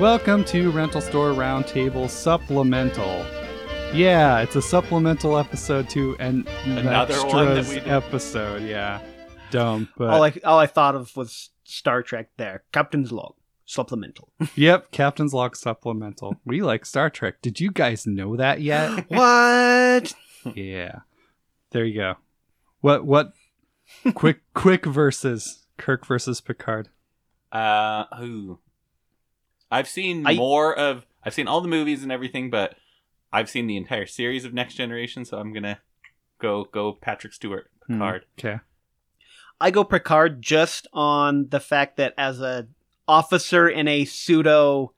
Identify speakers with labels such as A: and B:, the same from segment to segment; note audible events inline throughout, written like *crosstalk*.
A: Welcome to Rental Store Roundtable Supplemental. Yeah, it's a supplemental episode to an
B: Another
A: an
B: one that
A: extras
B: we did.
A: episode. Yeah,
B: *laughs*
A: dumb. But
C: all I all I thought of was Star Trek. There, Captain's log, *laughs* supplemental.
A: yep, Captain's Log supplemental. We like Star Trek. Did you guys know that yet?
B: *laughs*
C: what?
A: yeah, there you go. What what?
B: *laughs*
A: quick quick versus Kirk versus Picard.
B: Uh, who? I've seen
C: I-
B: more of. I've seen all the movies and everything, but I've seen the entire series of Next Generation. So I'm gonna go go Patrick Stewart
A: Hmm.
B: Picard.
A: Okay.
C: I go Picard just on the fact that as a officer in a pseudo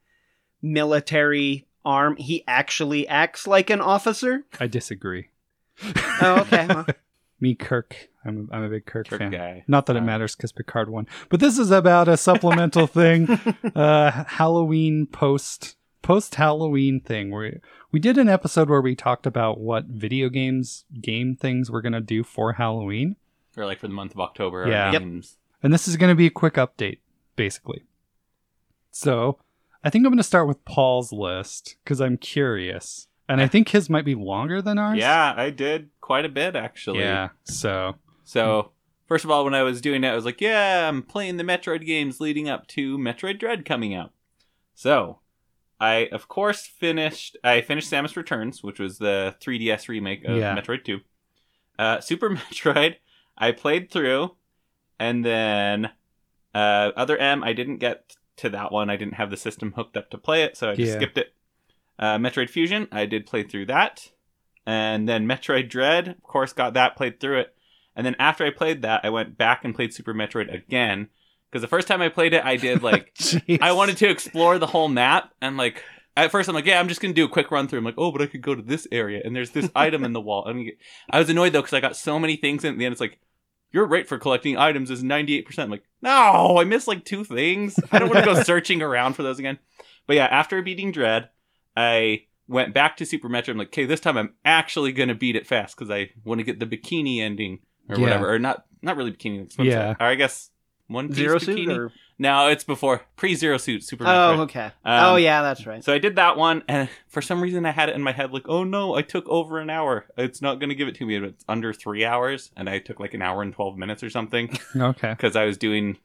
C: military arm, he actually acts like an officer.
A: I disagree.
C: Oh, okay. well,
A: *laughs* Me Kirk. I'm a, I'm a big Kirk,
B: Kirk
A: fan.
B: guy.
A: Not that it
B: Uh,
A: matters because Picard won, but this is about a supplemental
B: *laughs*
A: thing, uh, Halloween post post Halloween thing. Where we did an episode where we talked about what video games game things we're gonna do for Halloween,
B: Or like for the month of October. our
A: Yeah. Yep.
B: games.
A: and this is gonna be a quick update, basically. So, I think I'm gonna start with Paul's list because I'm curious, and I think his might be longer than ours.
B: Yeah, I did quite a bit actually.
A: yeah. So
B: So first of all, when I was doing that, I was like, yeah, I'm playing the Metroid games leading up to Metroid Dread coming out. So I of course finished. I finished Samus Returns, which was the 3DS remake of
A: Yeah.
B: Metroid 2. Uh, *laughs* Super Metroid, I played through, and then uh, other M, I didn't get to that one. I didn't have the system hooked up to play it, so I just
A: Yeah.
B: skipped it. Uh, Metroid Fusion, I did play through that, and then Metroid Dread, of course, got that played through it. And then after I played that, I went back and played Super Metroid again because the first time I played it, I did like
C: *laughs*
B: I wanted to explore the whole map and like at first I'm like, yeah, I'm just gonna do a quick run through. I'm like, oh, but I could go to this area and there's
C: *laughs*
B: this item in the wall. And I was annoyed though because I got so many things and at the end it's like, your rate for collecting items is 98. percent I'm like, no, I missed like two things. I don't want to
C: *laughs*
B: go searching around for those again. But yeah, after beating Dread, I went back to Super Metro. I'm like, okay, this time I'm actually gonna beat it fast because I want to get the bikini ending or
A: Yeah.
B: whatever, or not not really bikini. it's-
A: Yeah.
B: or I guess one piece
C: Zero
B: bikini.
C: suit or
B: No, it's before pre Zero Suit Super
C: oh,
B: Metroid.
C: okay. oh,
B: Um,
C: yeah, that's right.
B: So I did that one, and for some reason I had it in my head like, oh no, I took over an hour. It's not going to give it to me. It's under three hours, and I took like an hour and 12 minutes or
C: *laughs*
B: something
A: *laughs* Okay.
B: because I was doing.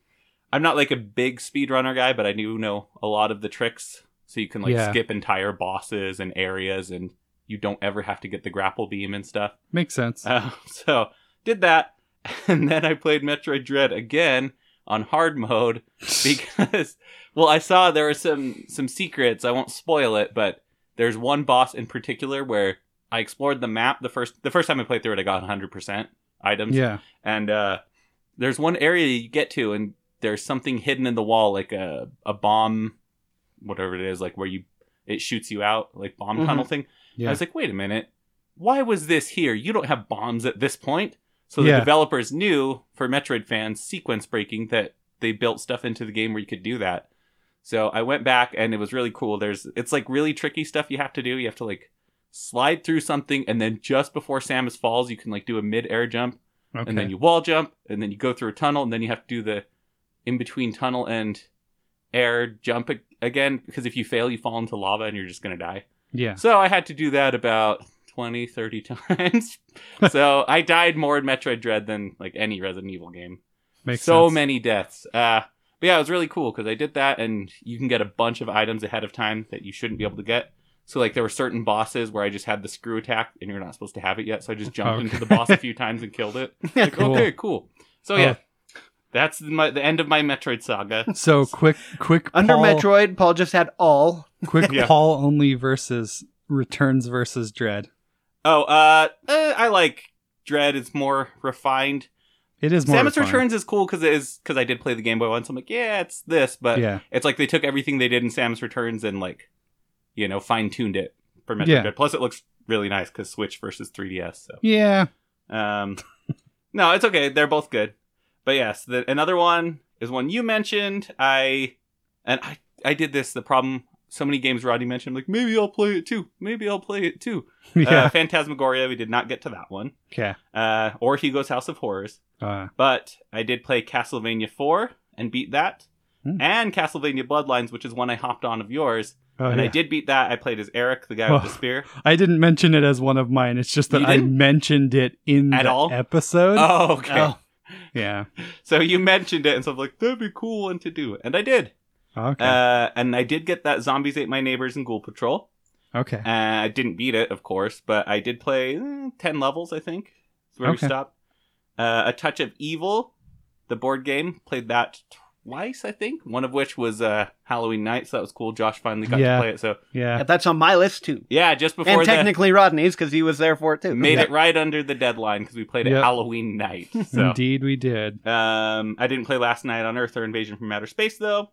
B: I'm not like a big speedrunner guy, but I do know a lot of the tricks. So you can like
A: Yeah.
B: skip entire bosses and areas, and you don't ever have to get the grapple beam and stuff. *laughs*
A: Makes sense.
B: Uh, so did that, *laughs* and then I played Metroid Dread again on hard mode *laughs* because well i saw there were some some secrets i won't spoil it but there's one boss in particular where i explored the map the first the first time i played through it i got 100% items
A: yeah.
B: and uh there's one area you get to and there's something hidden in the wall like a a bomb whatever it is like where you it shoots you out like bomb
C: Mhm.
B: tunnel thing
A: Mm-hmm. Yeah.
B: i was like wait a minute why was this here you don't have bombs at this point so the
A: Yeah.
B: developers knew for metroid fans sequence breaking that they built stuff into the game where you could do that so i went back and it was really cool there's it's like really tricky stuff you have to do you have to like slide through something and then just before samus falls you can like do a mid-air jump
A: Okay.
B: and then you wall jump, and then you go through a tunnel, and then you have to do the in between tunnel and air jump ag- again because if you fail, you fall into lava and you're just gonna die.
A: yeah.
B: So I had to do that about 20, 30 *laughs* times. so I died more in Metroid Dread than like any Resident Evil game.
A: Makes
B: so
A: sense.
B: many deaths. Uh, but yeah, it was really cool because I did that, and you can get a bunch of items ahead of time that you shouldn't be able to get. So like there were certain bosses where I just had the screw attack, and you're not supposed to have it yet. So I just jumped
A: Oh, Okay.
B: into the boss a few times and killed
A: *laughs*
B: it. Like,
A: Cool.
B: okay, cool. So
A: Oh.
B: yeah, that's my, the end of my Metroid saga.
A: So quick, quick
C: Under
A: Paul,
C: Metroid, Paul just had all.
A: quick
B: Yeah.
A: Paul only versus returns versus dread.
B: Oh, uh, eh, I like Dread. It's more refined.
A: It is more
B: Samus
A: refined.
B: Returns is cool because it is because I did play the Game Boy once. I'm like, yeah, it's this, but
A: yeah,
B: it's like they took everything they did in Samus Returns and like, you know, fine tuned it for Metroid
A: Yeah.
B: Dread. Plus, it looks really nice because Switch versus 3DS. So
A: yeah. *laughs*
B: Um, *laughs* no, it's okay. They're both good. But yes, the, another one is one you mentioned. I and I I did this. The problem. So many games Roddy mentioned. Like maybe I'll play it too. Maybe I'll play it too.
A: *laughs*
B: Uh,
A: Yeah.
B: Phantasmagoria. We did not get to that one.
A: Okay.
B: Uh, or Hugo's House of Horrors.
A: Uh,
B: But I did play Castlevania 4 and beat that.
A: Hmm.
B: and Castlevania Bloodlines, which is one I hopped on of yours.
A: Oh,
B: and I
A: yeah.
B: did beat that. I played as Eric, the guy with
A: Oh.
B: the
A: *laughs*
B: spear.
A: I didn't mention it as one of mine. It's just that
B: You
A: I
B: didn't?
A: mentioned it in
B: At
A: the
B: all?
A: episode.
B: Oh, okay.
C: Oh.
A: Yeah.
B: So you mentioned it, and so I'm like, that'd be cool one to do. And I did.
A: Okay.
B: Uh, and I did get that Zombies Ate My Neighbors and Ghoul Patrol.
A: okay.
B: Uh, I didn't beat it, of course, but I did play eh, 10 levels, I think. That's where
A: Okay.
B: we stopped. Uh, a Touch of Evil, the board game, played that twice, I think. One of which was uh, Halloween night, so that was cool. Josh finally got
A: Yeah.
B: to play it. So,
A: yeah.
C: That's on my list too.
B: yeah, just before
C: and
B: the-
C: technically Rodney's because he was there for it too.
B: made
C: Yeah.
B: it right under the deadline because we played it
A: Yep. *laughs*
B: Halloween night. So
A: Indeed, we did.
B: um, I didn't play Last Night on Earth or Invasion from Outer Space though.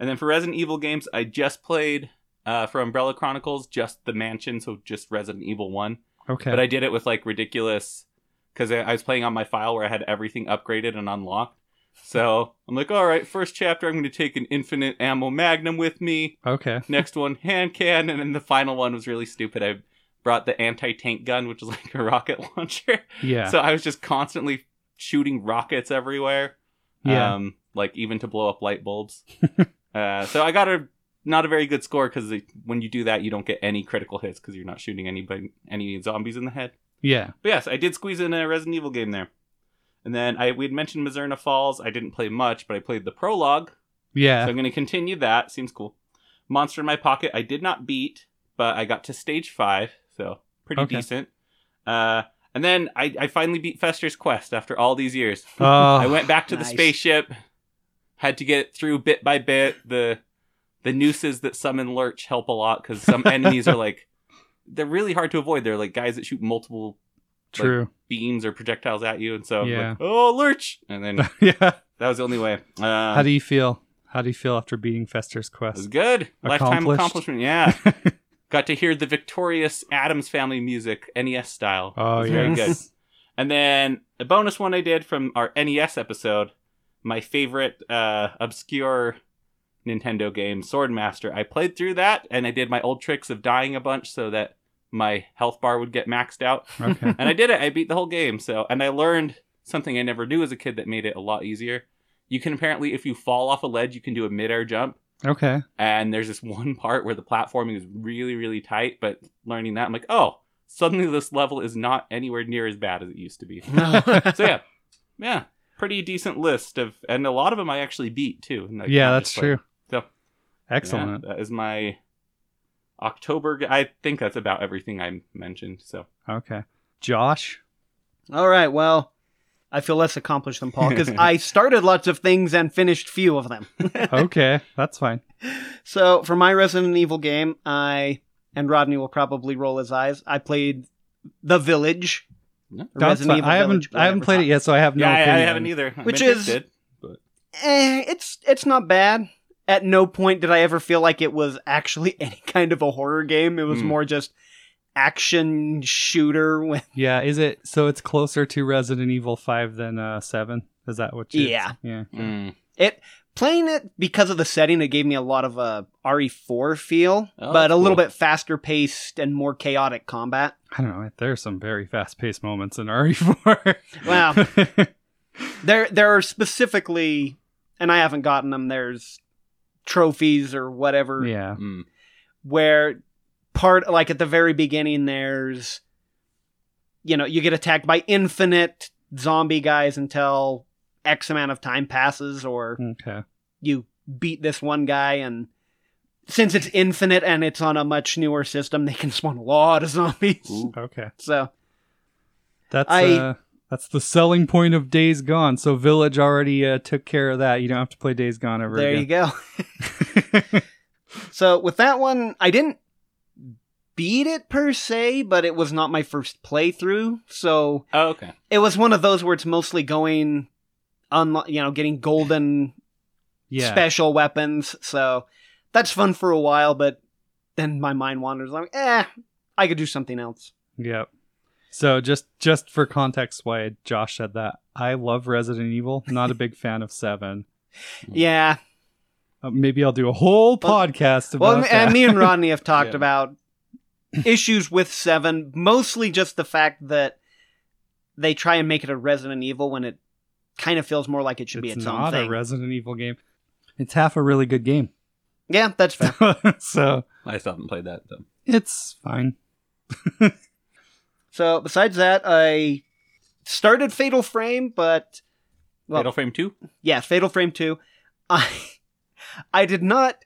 B: And then for Resident Evil games, I just played uh, for Umbrella Chronicles just the mansion, so just Resident Evil One.
A: Okay.
B: But I did it with like ridiculous because I, I was playing on my file where I had everything upgraded and unlocked. So I'm like, all right, first chapter, I'm going to take an infinite ammo magnum with me.
A: okay.
B: Next one, hand cannon, and then the final one was really stupid. I brought the anti tank gun, which is like a rocket *laughs* launcher.
A: Yeah.
B: So I was just constantly shooting rockets everywhere.
A: yeah.
B: Um, like even to blow up light bulbs.
A: *laughs*
B: uh, so I got a not a very good score because when you do that, you don't get any critical hits because you're not shooting anybody any zombies in the head.
A: yeah.
B: But yes, I did squeeze in a Resident Evil game there. And then I we had mentioned Mizerna Falls. I didn't play much, but I played the prologue. So
A: Yeah.
B: I'm going to continue that. Seems cool. Monster in My Pocket, I did not beat, but I got to stage five, so pretty
A: Okay.
B: decent. Uh, and then I, I finally beat Fester's Quest after all these years.
A: *laughs* Oh,
B: I went back to
C: nice.
B: the spaceship, had to get through bit by bit. The the nooses that summon Lurch help a lot
A: *laughs*
B: because some enemies are like they're really hard to avoid. They're like guys that shoot multiple
A: true. *laughs*
B: beams or projectiles at you, and so I'm
A: Yeah.
B: like, oh Lurch, and
A: *laughs*
B: then
A: yeah.
B: that was the only way. Um,
A: How do you feel? How do you feel after beating Fester's
B: It was
A: quest?
B: good. Lifetime
A: Accomplished. *laughs*
B: accomplishment. Yeah. Got to hear the victorious Adams family music, NES style.
A: Oh,
B: It was
A: yeah.
B: Very good. And then a bonus one I did from our NES episode, my favorite uh, obscure Nintendo game, Sword Master. I played through that and I did my old tricks of dying a bunch so that my health bar would get maxed out.
A: *laughs* okay.
B: And I did it. I beat the whole game. So, and I learned something I never knew as a kid that made it a lot easier. You can apparently, if you fall off a ledge, you can do a midair jump
A: Okay.
B: and there's this *laughs* one part where the platforming is really really tight but learning that i'm like oh suddenly this level is not anywhere near as bad as it used
A: *laughs*
B: to be so yeah yeah pretty decent list of and a lot of them i actually beat too and, like,
A: yeah,
B: not
A: that's
B: just,
A: true.
B: like- So-
A: Excellent.
B: Yeah, that is my october g- i think that's about everything i mentioned so
A: Okay. Josh.
C: All right. Well, I feel less accomplished than Paul because I started lots of things and finished few of them.
A: Okay. that's
C: *laughs*
A: fine.
C: So for my Resident Evil game, I and Rodney will probably roll his eyes. I played The Village.
B: No.
C: Or
A: That's fine. I haven't
C: Village,
A: I haven't
C: whatever.
A: played it yet, so I have no
B: yeah I, I
A: opinion.
B: haven't either I'm
C: Which is-
B: interested.
C: Eh, it's it's not bad. At no point did I ever feel like it was actually *laughs* any kind of a horror game. It was
B: Hmm.
C: more just action shooter with
A: Yeah, is it so it's closer to Resident Evil 5 than uh 7? Is that what you
C: Yeah.
A: Yeah.
B: Mm.
C: playing it because of the setting it gave me a lot of a re4 feel
B: Oh,
C: but
B: that's
C: a little
B: cool.
C: bit faster paced and more
B: *laughs*
C: chaotic combat
A: I don't know. There are some very fast-paced moments in *laughs* E RE4.
C: Wow. there there are specifically and i haven't gotten them there's trophies or
A: *laughs*
C: whatever
A: yeah.
B: Mm.
C: where part like at the very beginning there's you know you get attacked by infinite zombie guys until x amount of time passes or
A: Okay.
C: you beat this one guy and since it's infinite and it's on a much newer system they can spawn a lot of zombies
B: Ooh.
A: Okay.
C: *laughs* so
A: That's
C: I-
A: uh that's the selling point of Days Gone. So Village already uh, took care of that. You don't have to play Days Gone ever
C: there you
A: again.
C: go *laughs* so with that one i didn't beat it per se but it was not my first playthrough so
B: oh okay
C: it was one of those where it's mostly going unlo- you know getting golden
A: *laughs* yeah.
C: special weapons so that's fun for a while but then my mind wanders like eh i could do something else
A: Yep. So just just for context, why Josh said that I love Resident Evil. Not a
C: *laughs*
A: big fan of Seven.
C: yeah
A: Uh, maybe I'll do a whole
C: Well-
A: podcast about
C: Well, and-
A: that.
C: and me and Rodney have talked
B: Yeah.
C: about issues with Seven, mostly just the fact that they try and make it a Resident Evil when it kind of feels more like it should be
A: it's
C: its
A: not
C: own thing.
A: a Resident Evil game. it's half a really good game. *laughs*
C: Yeah, that's fair.
A: so
B: I still haven't played that though.
A: it's fine.
C: so besides that, I started Fatal Frame, but well,
B: Fatal Frame Two.
C: yeah, Fatal Frame 2. I I did not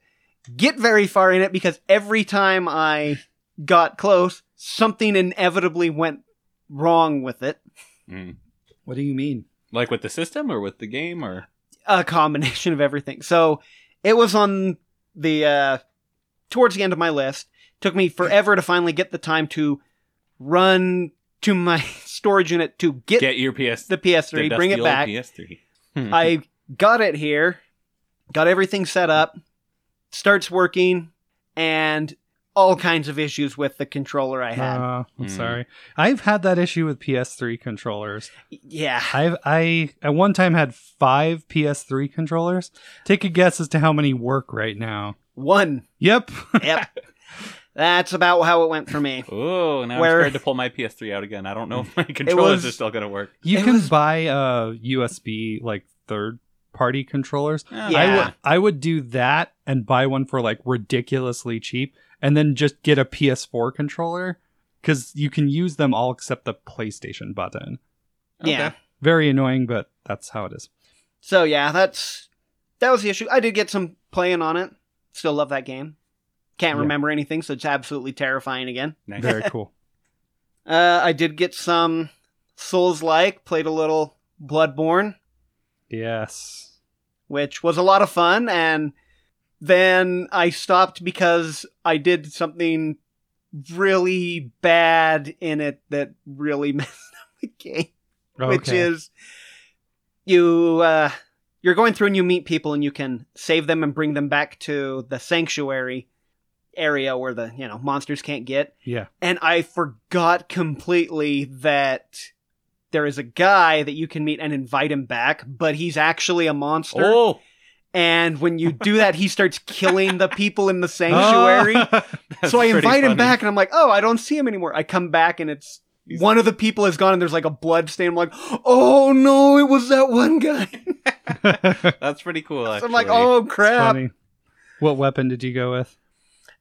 C: get very far in it because every time I got close, something inevitably went wrong with it.
B: Mm.
A: What do you mean?
B: Like with the system or with the game or
C: A combination of everything. So, it was on the uh towards the end of my list. Took me forever to finally get the time to run to my *laughs* storage unit to get,
B: get your PS
C: the PS3,
B: the E
C: bring
B: dusty
C: it
B: old
C: back. Hmm.
B: PS3.
C: I got it here, got everything set up, starts working, and all kinds of issues with the controller I had.
A: Uh, I'm
B: Mm.
A: sorry. I've had that issue with PS3 controllers.
C: yeah.
A: I've I at one time had five PS3 controllers. Take a guess as to how many work right now.
C: One.
A: Yep.
C: Yep. That's about how it went for me.
B: oh, now
C: Where-
B: I'm scared to pull my PS3 out again. I don't
C: *laughs*
B: know if my controllers are
C: was-
B: still gonna work.
A: You
C: It
A: can
C: was-
A: buy uh USB like third party controllers.
B: Yeah.
A: I
C: Yeah.
A: would I would do that and buy one for like ridiculously cheap and then just get a PS4 controller cuz you can use them all except the PlayStation button.
B: Okay.
C: Yeah.
A: Very annoying, but that's how it is.
C: So yeah, that's that was the issue. I did get some playing on it. Still love that game. Can't
A: Yeah.
C: remember anything, so it's absolutely terrifying again.
B: Nice.
C: *laughs*
A: Very cool.
C: Uh, I did get some Souls like, played a little Bloodborne.
A: Yes.
C: which was a lot of fun. And then I stopped because I did something really bad in it that really *laughs* messed up the game, which
A: Okay.
C: is you. Uh, you're going through and you meet people and you can save them and bring them back to the sanctuary area where the you know monsters can't get
A: Yeah.
C: and I forgot completely that there is a guy that you can meet and invite him back, but he's actually a monster.
B: Oh,
C: And when you do that, he starts killing the
A: *laughs*
C: people in
B: *laughs*
C: the
A: Oh.
C: sanctuary. so I invite him back, and I'm like, oh, I don't see him anymore. I come back, and it's
B: He's-
C: one of the people is gone, and there's like a blood stain. I'm like, oh no, it was that one guy. *laughs*
A: *laughs*
B: That's pretty cool.
C: So
B: Actually.
C: I'm like, oh crap.
A: Funny. What weapon did you go with?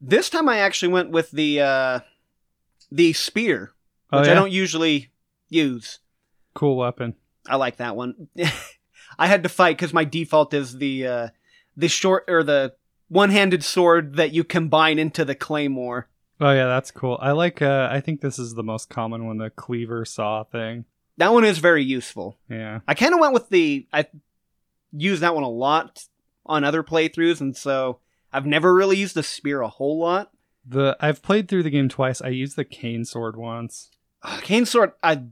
C: This time I actually went with the uh, the spear,
A: Oh,
C: which
A: yeah?
C: I don't usually use.
A: cool weapon.
C: I like that one. *laughs* I had to fight because my default is the uh, the short or the one-handed sword that you combine into the claymore.
A: Oh yeah, that's cool. I like uh I think this is the most common one, the cleaver saw thing.
C: That one is very useful.
A: Yeah.
C: I kind of went with the I use that one a lot on other playthroughs, and so I've never really used the spear a whole lot. *sighs*
A: The I've played through the game twice. I used the cane sword once.
C: Ugh, Cane sword, I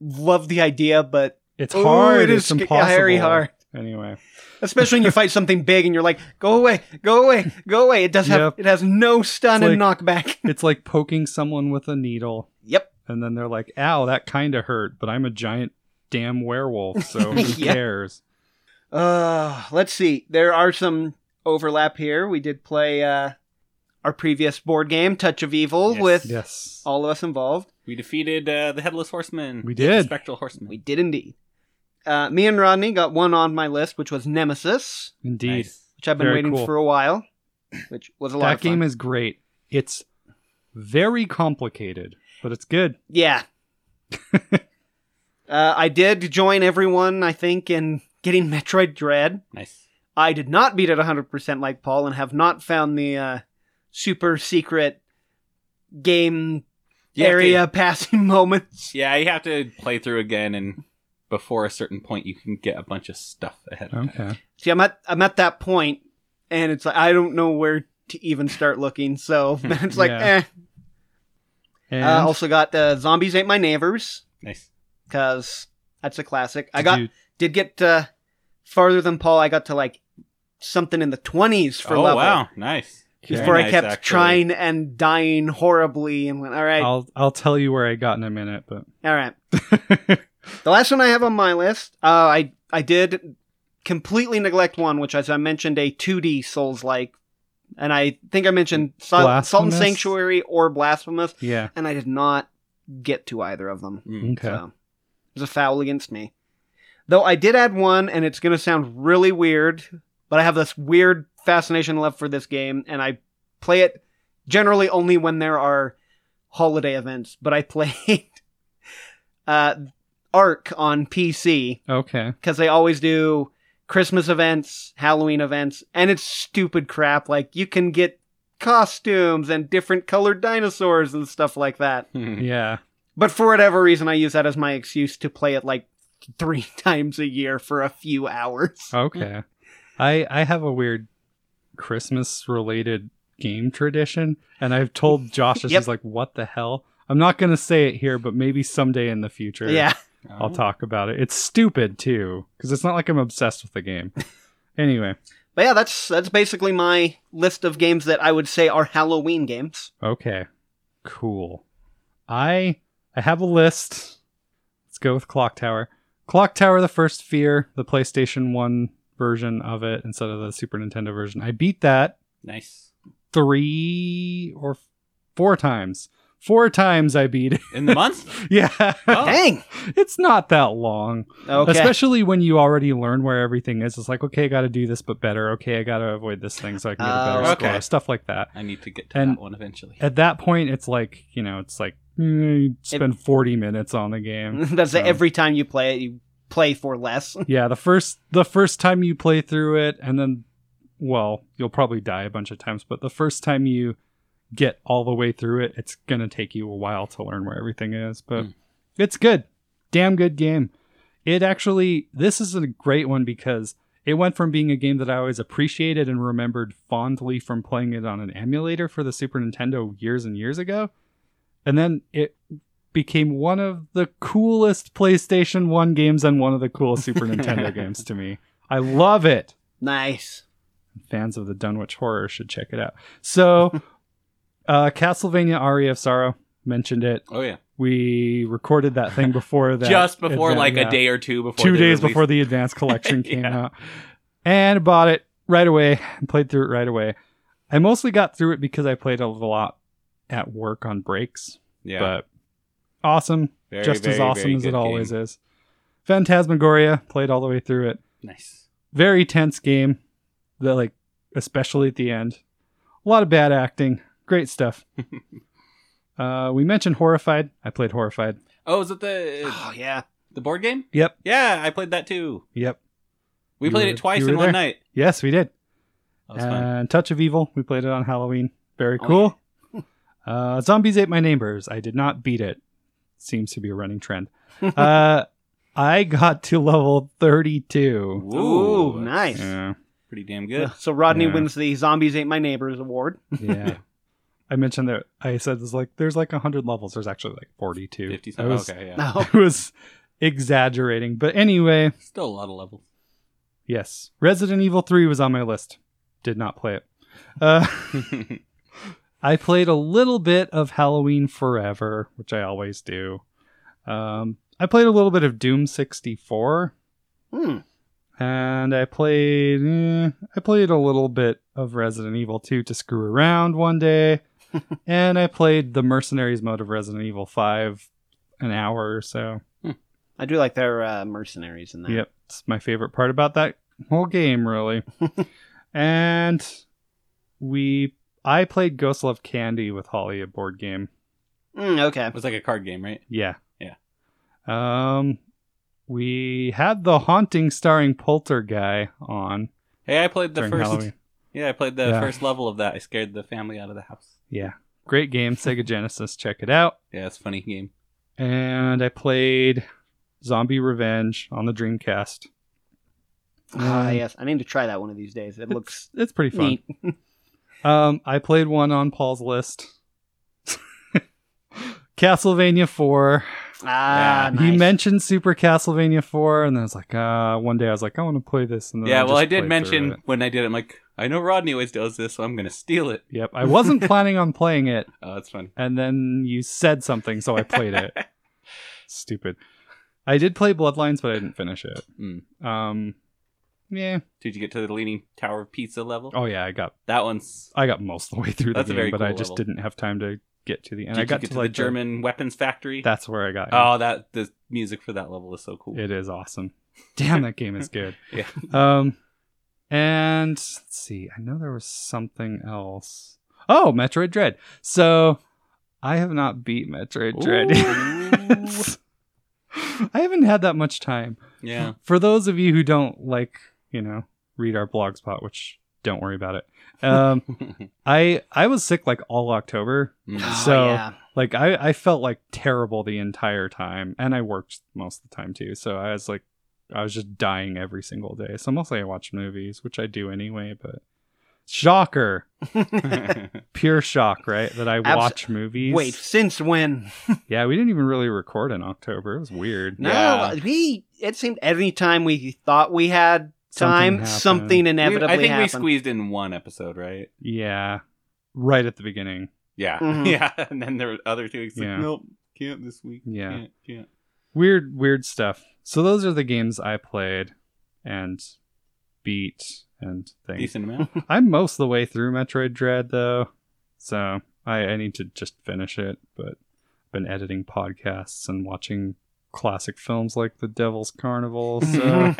C: love the idea, but
A: It's
C: Ooh,
A: hard.
C: it
A: it's
C: is sc-
A: impossible.
C: very hard.
A: Anyway,
C: especially when you fight something big and you're like, "Go away, go away, go away." It does have
A: Yep.
C: it has no stun
A: It's
C: and knockback.
A: it's like poking someone with a needle,
C: *laughs* yep.
A: and then they're like, "Ow, that kind of hurt," but I'm a giant damn werewolf,
C: *laughs*
A: so who
C: Yeah.
A: cares?
C: Uh, let's see. There are some overlap here. We did play uh, our previous board game, Touch of Evil,
B: Yes.
C: with
A: Yes,
C: all of us involved.
B: we defeated uh, the headless horseman.
A: we
B: The
A: did.
B: spectral horseman.
C: We did indeed. Uh, me and Rodney got one on my list, which was Nemesis,
A: Indeed,
B: Nice.
C: which I've been
A: Very
C: waiting
A: cool.
C: for a while, which was a lot
A: that
C: of fun.
A: game is great. It's very complicated, but it's good. *laughs*
C: yeah. uh, I did join everyone, I think, in getting Metroid Dread.
B: Nice.
C: I did not beat it 100% like Paul and have not found the uh, super secret game
B: You have to-
C: area *laughs* passing moments.
B: yeah, you have to play through again, and before a certain point, you can get a bunch of stuff ahead. Of time.
A: Okay.
C: See, I'm at I'm at that point, and it's like I don't know where to even start looking. So *laughs* then it's like,
A: Yeah.
C: eh.
A: And
C: Uh, also got uh, zombies ain't my neighbors
B: Nice.
C: because that's a classic. I
A: did
C: got
A: you-
C: did get uh, farther than Paul. I got to like something in the 20s for
B: oh
C: level
B: wow, nice. Very
C: before I
B: nice,
C: kept
B: actually.
C: trying and dying horribly and went all right,
A: I'll I'll tell you where I got in a minute,
C: *laughs*
A: but
C: all right. The last one I have on my list, uh, I I did completely neglect one, which as I mentioned, a 2D Souls like, and I think I mentioned Sil- Salt and
A: Blasphemous?
C: Sanctuary or Blasphemous,
A: yeah.
C: and I did not get to either of them.
B: Mm.
A: Okay.
C: So it was a foul against me. Though I did add one, and it's going to sound really weird, but I have this weird fascination left for this game, and I play it generally only when there are holiday events. But I *laughs* played uh, Arc on PC
A: Okay.
C: because they always do Christmas events, Halloween events, and it's stupid crap. Like you can get costumes and different colored dinosaurs and stuff like that.
B: *laughs*
A: Yeah.
C: But for whatever reason, I use that as my excuse to play it like *laughs* three times a year for a few
A: Oh,
C: hours.
A: Okay. I I have a weird Christmas related game tradition and I've told
C: *laughs*
A: Josh this
C: Yep.
A: he's like what the hell? I'm not going to say it here but maybe someday in the future
C: Yeah.
A: I'll
B: Oh,
A: talk about it. It's stupid too cuz it's not like I'm obsessed with the
C: *laughs*
A: game. anyway,
C: But yeah, that's that's basically my list of games that I would say are Halloween games.
A: okay. Cool. I I have a list. Let's go with Clock Tower. Clock Tower the first fear, the PlayStation 1 version of it instead of the Super Nintendo version. I beat that
B: Nice.
A: three or four times. Four times I beat it. *laughs*
B: In the month?
A: yeah.
B: Oh.
C: Dang.
A: It's not that long.
C: Okay.
A: Especially when you already learn where everything is. It's like, okay, I got to do this, but better. Okay, I got to avoid this thing so I can get a better
C: Oh,
B: okay.
A: score. Stuff like that.
B: I need to get to
A: And-
B: that one eventually.
A: At that point, it's like, you know, it's like, mm, you spend 40 minutes on the
C: *laughs*
A: game.
C: *laughs* that's
A: Um,
C: it. every time you play it, you play for less. *laughs*
A: yeah, the first the first time you play through it and then well, you'll probably die a bunch of times, but the first time you get all the way through it, it's going to take you a while to learn where everything is, but
B: Mm.
A: it's good. Damn good game. It actually this is a great one because it went from being a game that I always appreciated and remembered fondly from playing it on an emulator for the Super Nintendo years and years ago. And then it became one of the coolest PlayStation 1 games and one of the coolest
B: *laughs*
A: Super Nintendo games to me. I love it.
C: Nice.
A: Fans of the Dunwich Horror should check it out. So,
B: *laughs*
A: uh, Castlevania Aria of Sorrow mentioned it.
B: Oh yeah.
A: We recorded that thing
B: *laughs*
A: before that.
B: Just before
A: event,
B: like
A: yeah
B: a day or two before
A: two
B: they
A: days
B: released-
A: before the advanced
B: *laughs*
A: collection came
B: Yeah.
A: out and bought it right away and played through it right away i mostly got through it because i played a lot at work on breaks
B: Yeah.
A: but awesome
B: Very,
A: just as
B: very,
A: awesome
B: very
A: as
B: good
A: it always
B: game.
A: is phantasmagoria played all the way through it
B: Nice.
A: very tense game that like especially at the end a lot of bad acting great
B: *laughs*
A: stuff uh, we mentioned horrified i played horrified
B: Oh, is it the
C: Oh yeah.
B: the board game?
A: yep
B: Yeah, I played that too.
A: yep
B: We
A: You
B: played
A: were-
B: it twice
A: you
B: in
A: were
B: one
A: there?
B: night.
A: yes we did
B: That was fun.
A: and Touch of Evil. We played it on Halloween. Very
B: Oh,
A: cool.
B: *laughs*
A: uh, Zombies Ate My Neighbors. I did not beat it. Seems to be a running
B: *laughs*
A: trend. uh, I got to level 32.
C: Ooh,
B: that's
C: nice.
A: Yeah.
B: Pretty damn good.
C: So Rodney
A: Yeah.
C: wins the Zombies Ate My Neighbors award.
A: yeah. *laughs* I mentioned that I said there's like there's like 100 levels. There's actually like 42.
B: 50
A: I
B: something.
A: was, *laughs* Ah.
B: Okay, yeah.
C: No.
A: I was exaggerating. But anyway,
B: Still a lot of levels.
A: yes. Resident Evil 3 was on my list. Did not play it. Uh, *laughs* I played a little bit of Halloween Forever, which I always do. Um, I played a little bit of Doom 64,
C: Hmm.
A: and I played eh, I played a little bit of Resident Evil 2 to screw around one day,
B: *laughs*
A: and I played the Mercenaries mode of Resident Evil 5 an hour or so.
C: I do like their uh, mercenaries in that.
A: Yep, it's my favorite part about that whole game,
B: *laughs*
A: really. and we I played Ghost Love Candy with Holly, a board game.
C: Mm, okay.
B: It was like a card game, right?
A: Yeah.
B: Yeah.
A: Um we had the haunting starring Polter guy on
B: Hey, I played the
A: during
B: first.
A: Halloween.
B: Yeah, I played the
A: Yeah.
B: first level of that. I scared the family out of the house.
A: Yeah. Great game, Sega Genesis, check it out.
B: Yeah, it's a funny game.
A: And I played Zombie Revenge on the Dreamcast.
C: Ah,
A: Um,
C: yes. I need to try that one of these days. It looks
A: It's pretty fun.
C: neat.
A: Um I played one on Paul's list. *laughs* Castlevania 4.
C: Ah,
B: Yeah.
C: nice.
A: He mentioned Super Castlevania 4 and then I was like, uh, one day I was like, I want to play this and then
B: yeah, well,
A: just
B: I
A: played
B: did
A: through
B: mention
A: it.
B: when I did it, I'm like, I know Rodney always does this, so I'm going to steal it.
A: Yep, I
B: *laughs*
A: wasn't planning on playing it,
B: Oh, that's fun.
A: and then you said something, so I played
B: *laughs*
A: it. Stupid. I did play Bloodlines, but I didn't finish it.
B: Mm.
A: Um, yeah.
B: Did you get to the Leaning Tower of Pizza level?
A: Oh yeah, I got
B: That one's.
A: I got most of the way through the
B: That's a
A: game,
B: very
A: but I
B: cool
A: just
B: level.
A: didn't have time to get to the end.
B: did
A: I got
B: you get to,
A: like
B: the German weapons factory?
A: that's where I got. in.
B: oh, that the music for that level is so cool.
A: It is awesome. Damn, that game is good.
B: Yeah.
A: Um, And let's see, I know there was something else. Oh, Metroid Dread. So I have not beat Metroid Dread. It's- *laughs* I haven't had that much time. *laughs*
B: yeah. *laughs*
A: For those of you who don't like, you know, read our blog spot, which don't worry about it. Um, I I was sick like all October.
C: *laughs*
B: Mm.
C: Oh,
A: So-
C: yeah.
A: Like I I felt like terrible the entire time, and I worked most of the time too. So I was like, I was just dying every single day. So mostly I watch movies, which I do anyway. But shocker,
C: *laughs*
A: pure shock, right? That I
C: Abs-
A: watch movies.
C: Wait, since when?
A: yeah, we didn't even really record in October. It was weird.
C: No,
B: Yeah.
C: we. It seemed every time we thought we had time, something,
A: happened.
C: inevitably
B: I think we
C: happened.
B: squeezed in one episode, right?
A: Yeah, right at the beginning.
B: Yeah.
C: Mhm.
B: *laughs* Yeah. And then there were other two weeks
A: Yeah.
B: like, nope, can't this week.
A: Yeah.
B: Can't, can't.
A: weird weird stuff so those are the games i played and beat and things
B: Decent amount.
A: i'm most of the way through metroid dread though so i, I need to just finish it but i've been editing podcasts and watching classic films like the devil's carnival so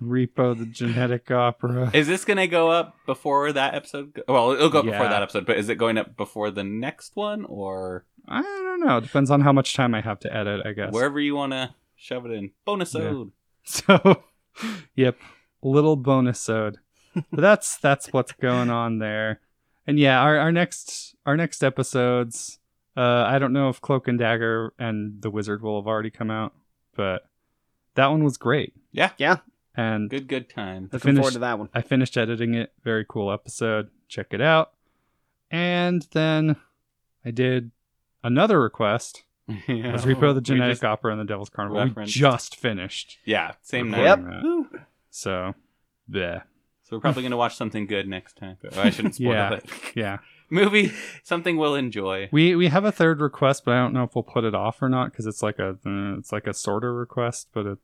A: repo the genetic opera
B: is this going to go up before that episode? go- Well, it'll go up before
A: Yeah.
B: that episode, but is it going up before the next one or
A: i don't know it depends on how much time i have to edit i guess
B: wherever you want to shove it in? Bonus
A: Yeah.
B: ode.
A: *laughs* So, yep, little bonus ode. But that's that's what's going on there. And yeah, our, our next our next episodes. Uh, I don't know if Cloak and Dagger and the Wizard will have already come out, but that one was great.
B: Yeah.
C: Yeah.
A: And
B: Good, good time.
A: I
C: Looking forward
A: finished
C: to that one.
A: I finished editing it. Very cool episode. Check it out. And then I did another request.
B: yeah.
A: was Repo the
B: We
A: Genetic
B: just-
A: Opera and the Devil's Carnival.
B: referenced-
A: We just finished.
B: yeah. Same night.
A: recording
C: Yep.
A: that.
B: Woo.
A: So, yeah,
B: So we're probably going to watch something good next time. Oh, I shouldn't spoil
A: Yeah.
B: it. *laughs*
A: yeah.
B: Movie, something we'll enjoy.
A: We we have a third request, but I don't know if we'll put it off or not because it's like a uh, it's like a sorter request, but it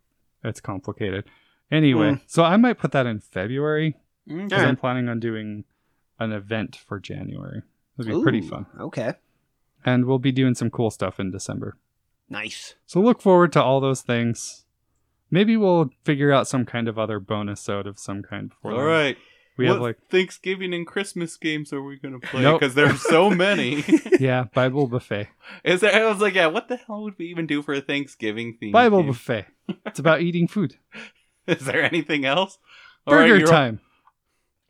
A: it's complicated. Anyway, so I might put that in February
B: Mm,
A: because
C: Yeah.
A: I'm planning on doing an event for January. It'll be pretty
C: Ooh,
A: fun,
C: Okay.
A: and we'll be doing some cool stuff in December.
C: Nice.
A: So look forward to all those things. Maybe we'll figure out some kind of other bonus out of some kind before.
B: All
A: then.
B: right.
A: we
B: what
A: have like
B: Thanksgiving and Christmas games are we going to play?
A: Nope.
B: Because there's so many. *laughs*
A: yeah Bible buffet,
B: Is there? I was like, yeah. What the hell would we even do for a Thanksgiving theme?
A: Bible
B: game?
A: buffet. It's about eating food.
B: *laughs* Is there anything else? All right,
A: Burger
B: you're-
A: time.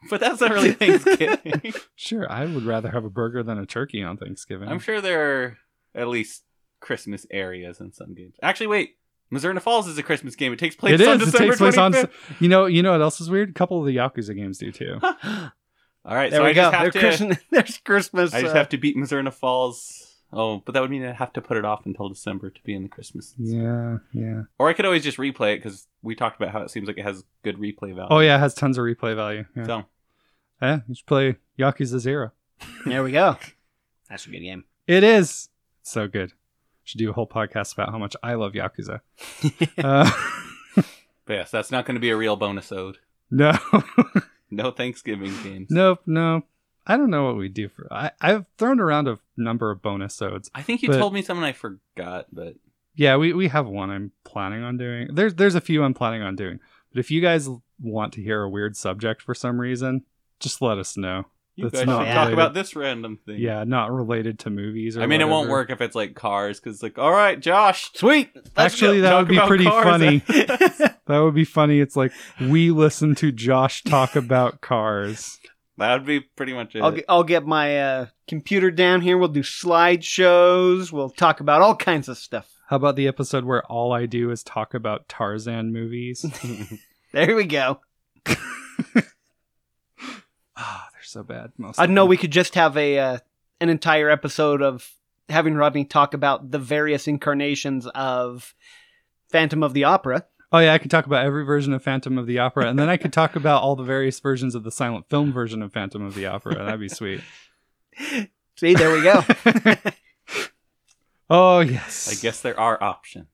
B: But that's
A: *laughs*
B: not really Thanksgiving.
A: Sure, I would rather have a burger than a turkey on Thanksgiving.
B: I'm sure there are at least Christmas areas in some games. Actually, wait. Mizerna Falls is a Christmas game. It takes place
A: It
B: on
A: is, it
B: December
A: takes place on-
B: 25th.
A: You know, you know what else is weird? A couple of the Yakuza games do too.
B: All right.
C: There
B: so
C: we
B: I
C: go.
B: just
C: There
B: have to.
C: Christmas, *laughs* there's Christmas.
B: I just
C: uh,
B: have to beat Mizerna Falls. Oh, but that would mean I have to put it off until December to be in the Christmas.
A: yeah, yeah.
B: Or I could always just replay it because we talked about how it seems like it has good replay value.
A: Oh yeah, it has tons of replay value. Yeah,
B: So
A: yeah you should play Yakuza Zero.
C: there we go. That's a good game.
A: It is so good. Should do a whole podcast about how much I love
B: *laughs*
A: Yakuza. uh, *laughs*
B: But yes, that's not going to be a real bonus ode.
A: no, *laughs*
B: No Thanksgiving games.
A: nope, nope. I don't know what we do for. I, I've thrown around a number of bonus odes.
B: I think you
A: But-
B: told me something I forgot, but
A: Yeah, we, we have one I'm planning on doing. There's there's a few I'm planning on doing. But if you guys want to hear a weird subject for some reason, just let us know.
B: you
A: That's
B: guys
A: not
B: should talk
A: related.
B: about this random thing.
A: Yeah, not related to movies. Or
B: I mean, it won't
A: whatever.
B: work if it's like cars, because like, all right, Josh.
C: *laughs* Sweet. Let's
A: Actually,
B: go
A: that
B: talk
A: would be
B: about
A: pretty
B: cars.
A: funny.
C: that
A: that would be funny. It's like we listen to Josh talk about cars.
B: That would be pretty much it.
C: *laughs* I'll get, I'll get my uh, computer down here. We'll do slideshows. We'll talk about all kinds of stuff. *laughs*
A: How about the episode where all I do is talk about Tarzan
B: *laughs*
A: movies?
C: There we go.
A: Ah, they're so bad. Most
C: I
A: of
C: know
A: them.
C: we could just have a uh, an entire episode of having Rodney talk about the various incarnations of Phantom of the Opera.
A: Oh yeah, I could talk about every version of Phantom of the Opera, and then I could talk about all the various versions of the silent film version of Phantom of the Opera. That'd be sweet.
C: See, there we go.
A: *laughs* oh yes.
B: I guess there are options.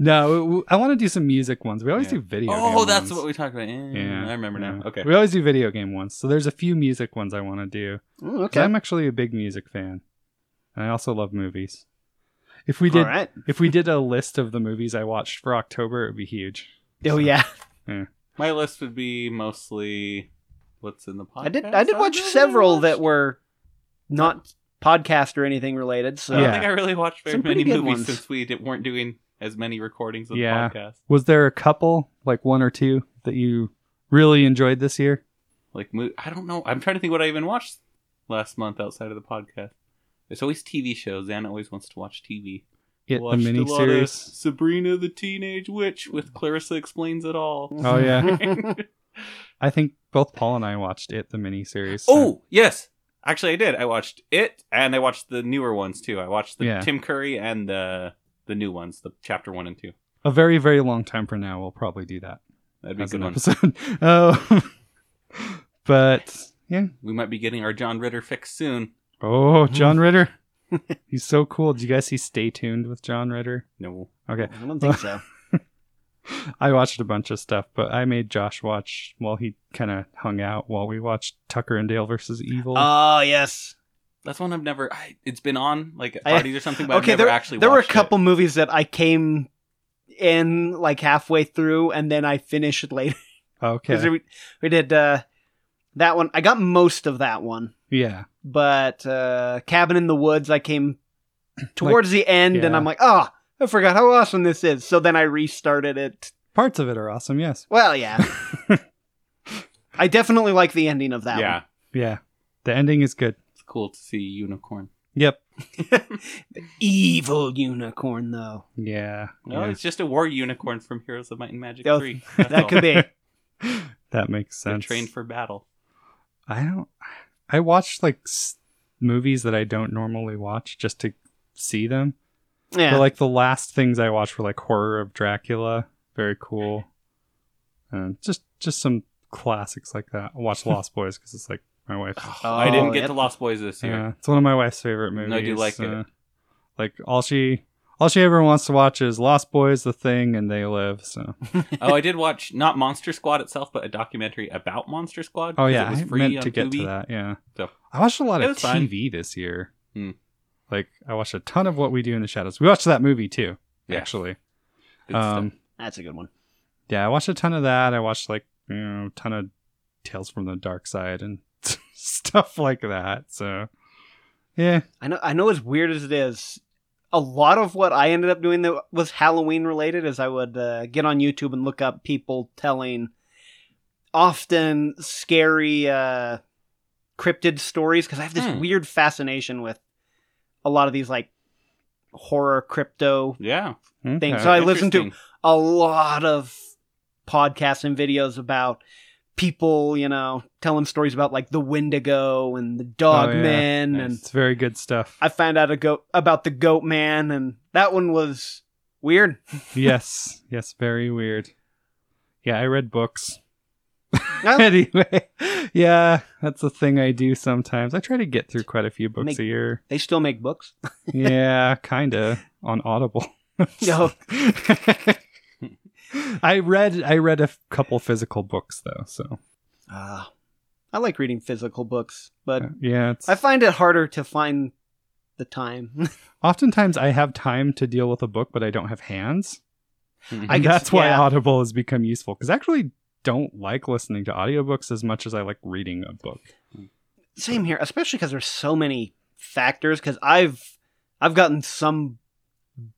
A: No, w- w- I want to do some music ones. We always
B: Yeah.
A: do video.
B: Oh,
A: game
B: that's
A: ones.
B: what we talked about. Yeah, I remember now.
A: yeah.
B: Okay.
A: We always do video game ones, so there's a few music ones I want to do.
C: Mm,
A: 'Cause
C: okay.
A: I'm actually a big music fan, and I also love movies. If we
C: All
A: did,
C: right.
A: if we did a list of the movies I watched for October, it would be huge.
C: Oh yeah.
A: Yeah.
B: My list would be mostly what's in the podcast.
C: I did. I did watch
B: really
C: several
B: watched.
C: that were not podcast or anything related.
B: I
C: So
B: don't
A: Yeah.
B: think I really watched very
C: uh, Some pretty
B: many
C: good
B: movies
C: ones.
B: since we did, weren't doing as many recordings of
A: Yeah.
B: the podcast.
A: Was there a couple, like one or two, that you really enjoyed this year?
B: Like, mo- I don't know. I'm trying to think what I even watched last month outside of the podcast. There's always TV shows. Anna always wants to watch TV.
A: It
B: Watched
A: the
B: a lot of
A: miniseries.
B: Sabrina the Teenage Witch with Clarissa Explains It All.
A: Oh,
C: *laughs*
A: yeah. I think both Paul and I watched it the miniseries. so-
B: Oh, yes. Actually, I did. I watched it and I watched the newer ones too. I watched the
A: Yeah.
B: Tim Curry and the the new ones, the chapter 1 and 2.
A: a very very long time from now, we'll probably do that
B: That'd be a
A: as
B: good
A: an
B: one.
A: episode. *laughs* Oh, but yeah.
B: We might be getting our John Ritter fix soon.
A: Oh,
B: Mm-hmm.
A: John
B: *laughs*
A: Ritter. He's so cool. Did you guys see Stay Tuned with John Ritter?
B: No.
A: Okay.
C: I don't think so.
A: I watched a bunch of stuff, but I made Josh watch while he kind of hung out while we watched Tucker and Dale versus Evil.
B: Uh,
C: Oh yes.
B: That's one I've never. I, it's been on like at
C: I-
B: parties or something, but
C: okay,
B: I've never actually.
C: There were a
B: watched it.
C: couple movies that I came in like halfway through, and then I finished later
A: okay.
C: because we, we did uh, that one. I got most of that one,
A: yeah.
C: but uh, Cabin in the Woods, I came towards the end, and
A: yeah.
C: I'm like, oh, I forgot how awesome this is. So then I restarted it.
A: Parts of it are awesome. Yes. *laughs*
C: Well, yeah. I definitely like the ending of that
B: Yeah,
A: Yeah. The ending is good.
B: it's cool to see unicorn.
A: Yep.
C: one. Evil unicorn, though.
A: Yeah.
B: No,
A: yeah.
B: it's just a war unicorn from Heroes of Might and Magic
C: Oh,
B: Three.
C: *laughs* That could be.
A: *laughs* that makes
B: They're
A: sense.
B: trained for battle.
A: I don't. I watch like s- movies that I don't normally watch just to see them.
C: Yeah.
A: But like the last things I watched were like Horror of Dracula, very cool. And just just some classics like that. I watched Lost Boys because it's like my wife's.
C: Oh,
B: I didn't get
C: yep.
B: to Lost Boys this year.
A: Yeah, it's one of my wife's favorite movies. uh,
B: No, I do like it.
A: Like all she all she ever wants to watch is Lost Boys, The Thing, and They Live. So
B: oh, I did watch not Monster Squad itself, but a documentary about Monster Squad.
A: oh
B: 'cause
A: yeah,
B: it was
A: I
B: free
A: meant
B: on
A: to get
B: Tubi.
A: to that. Yeah,
B: So-
A: I watched a lot
B: It
A: of
B: was fun.
A: TV this year.
B: Hmm.
A: Like I watched a ton of What We Do in the Shadows. We watched that movie too,
B: Yeah.
A: actually.
B: Good stuff.
A: um,
C: That's a good one.
A: yeah, I watched a ton of that. I watched like you know, a ton of Tales from the Dark Side and *laughs* stuff like that. So yeah,
C: I know. I know. As weird as it is, a lot of what I ended up doing that was Halloween related. Is I would uh, get on YouTube and look up people telling often scary uh, cryptid stories because I have this
B: Hmm.
C: weird fascination with a lot of these like horror crypto
B: yeah,
A: okay.
C: So I listened to-
B: interesting.
C: a lot of podcasts and videos about people, you know, telling stories about like the Wendigo and the
A: Oh, yeah.
C: Dogmen,
B: Nice.
C: and
A: it's very good stuff.
C: I found out a goat about the Goat Man, and that one was weird.
A: yes, yes, very weird. Yeah, I read
C: *laughs*
A: books.
C: Huh?
A: anyway, yeah, that's a thing I do sometimes. I try to get through quite a few books
C: Make-
A: a year.
C: they still make books.
A: Yeah, *laughs* kinda on Audible. *laughs*
C: No.
A: I read I read a f- couple physical books though, so
C: Uh, I like reading physical books, but
A: Ah. yeah, it's
C: I find it harder to find the time. *laughs*
A: oftentimes I have time to deal with a book, but I don't have hands.
B: Mhm.
C: I
A: And
C: could s-
A: that's why
C: yeah.
A: Audible has become useful because I actually don't like listening to audiobooks as much as I like reading a book.
C: Same here, especially because there's so many factors. Because I've I've gotten some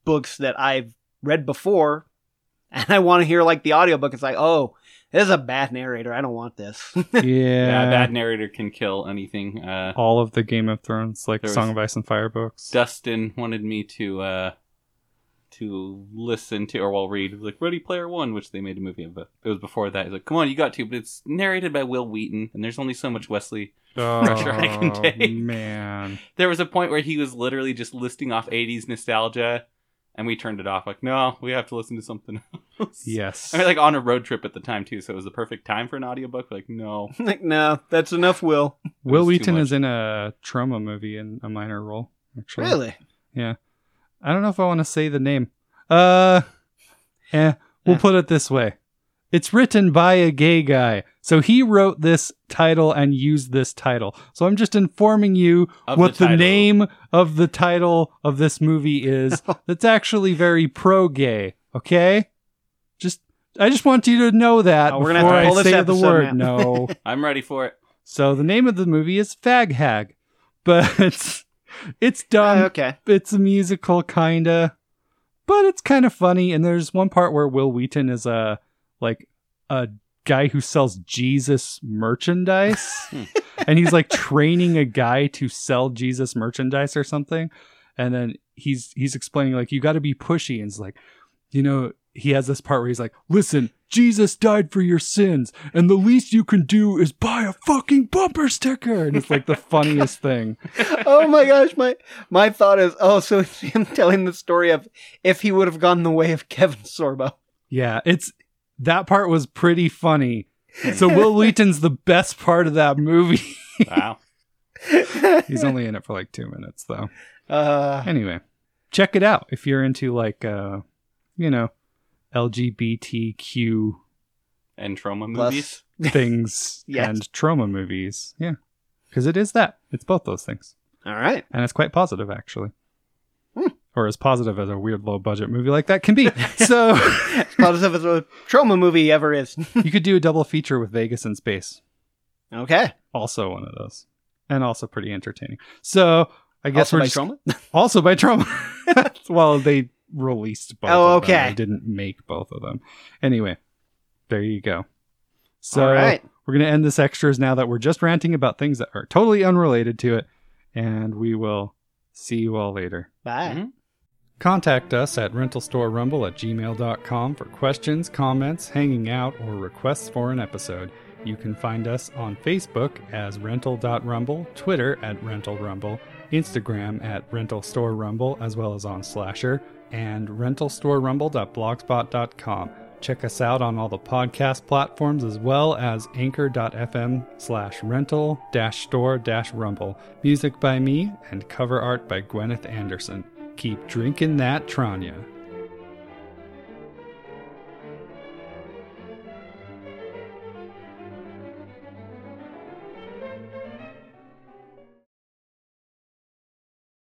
C: books that I've read before, *laughs* and I want to hear like the audiobook. It's like, oh, this is a bad narrator. I don't want this. *laughs*
A: yeah,
B: yeah, that narrator can kill anything. Uh,
A: all of the Game of Thrones, like
B: There was-
A: Song of Ice and Fire
B: *laughs*
A: books.
B: Dustin wanted me to uh to listen to or well read like Ready Player One, which they made a movie of, but it was before that. He's like, Come on, you got to, but it's narrated by Will Wheaton and there's only so much Wesley. Pressure I can *laughs* take.
A: Oh, man.
B: There was a point where he was literally just listing off eighties nostalgia and we turned it off. Like, no, we have to listen to something *laughs* else.
A: Yes.
B: I mean like on a road trip at the time too, so it was the perfect time for an audiobook. We're like, no.
C: like, no, that's enough. Will
A: Will
B: was too
A: Wheaton
B: much.
A: is in a trauma movie in a minor role. Actually,
C: really?
A: I don't know if I want to say the name. Uh, eh, we'll
C: Eh.
A: put it this way. It's written by a gay guy. So he wrote this title and used this title. So I'm just informing you
B: Of
A: what the,
B: title.
A: name of the title of
B: *laughs*
A: this movie is that's actually very pro gay, okay? Just I just want you to know that
C: Oh,
A: before
C: we're gonna have to pull
A: I say
C: this
A: the
C: episode
A: word
C: now. *laughs*
A: no.
B: I'm ready
A: *laughs*
B: for it.
A: So the name of the movie is Fag Hag, but *laughs* it's it's dumb.
C: Ah, okay.
A: It's a musical kinda, but it's kind of funny. And there's one part where Will Wheaton is a like a guy who sells Jesus merchandise,
B: Hmm.
A: and he's like training a guy to sell Jesus merchandise or something. And then he's he's explaining like you got to be pushy, and it's like, you know. He has this part where he's like, "Listen, Jesus died for your sins, and the least you can do is buy a fucking bumper sticker." And it's like the funniest thing.
C: oh my gosh, my my thought is, oh, so it's him telling the story of if he would have gone the way of Kevin
A: *laughs*
C: Sorbo.
A: Yeah, it's that part was pretty funny.
C: *laughs*
A: So Will Wheaton's the best part of that movie. *laughs*
B: Wow.
A: He's only in it for like two minutes though.
C: uh,
A: Anyway, check it out if you're into like uh you know LGBTQ
C: *laughs*
B: And trauma
C: Plus-
B: movies.
A: things
C: Yes.
A: and trauma movies. Yeah. Because it is that. It's both those things.
C: all right.
A: And it's quite positive actually.
C: Hmm.
A: Or as positive as a weird low budget movie like that can be.
C: *laughs*
A: So *laughs*
C: As positive as a trauma movie ever is. *laughs*
A: you could do a double feature with Vegas and Space.
C: Okay.
A: also one of those and also pretty entertaining so i guess
C: Also
A: we're
C: by
A: just-
C: trauma?
A: also by trauma *laughs* well they released both
C: Oh,
A: of them.
C: okay.
A: they didn't make both of them anyway there you go so
C: all right.
A: we're going to end this extras now that we're just ranting about things that are totally unrelated to it and we will see you all later
C: Bye.
B: Mhm.
A: Contact us at rentalstorerumble at gmail.com for questions, comments, hanging out, or requests for an episode. You can find us on Facebook as rental.rumble, Twitter at rentalrumble, Instagram at rentalstorerumble, as well as on Slasher, and rentalstorerumble.blogspot.com. Check us out on all the podcast platforms as well as anchor.fm slash rental dash store dash rumble. Music by me and cover art by Gwyneth Anderson. Keep drinking that Tranya.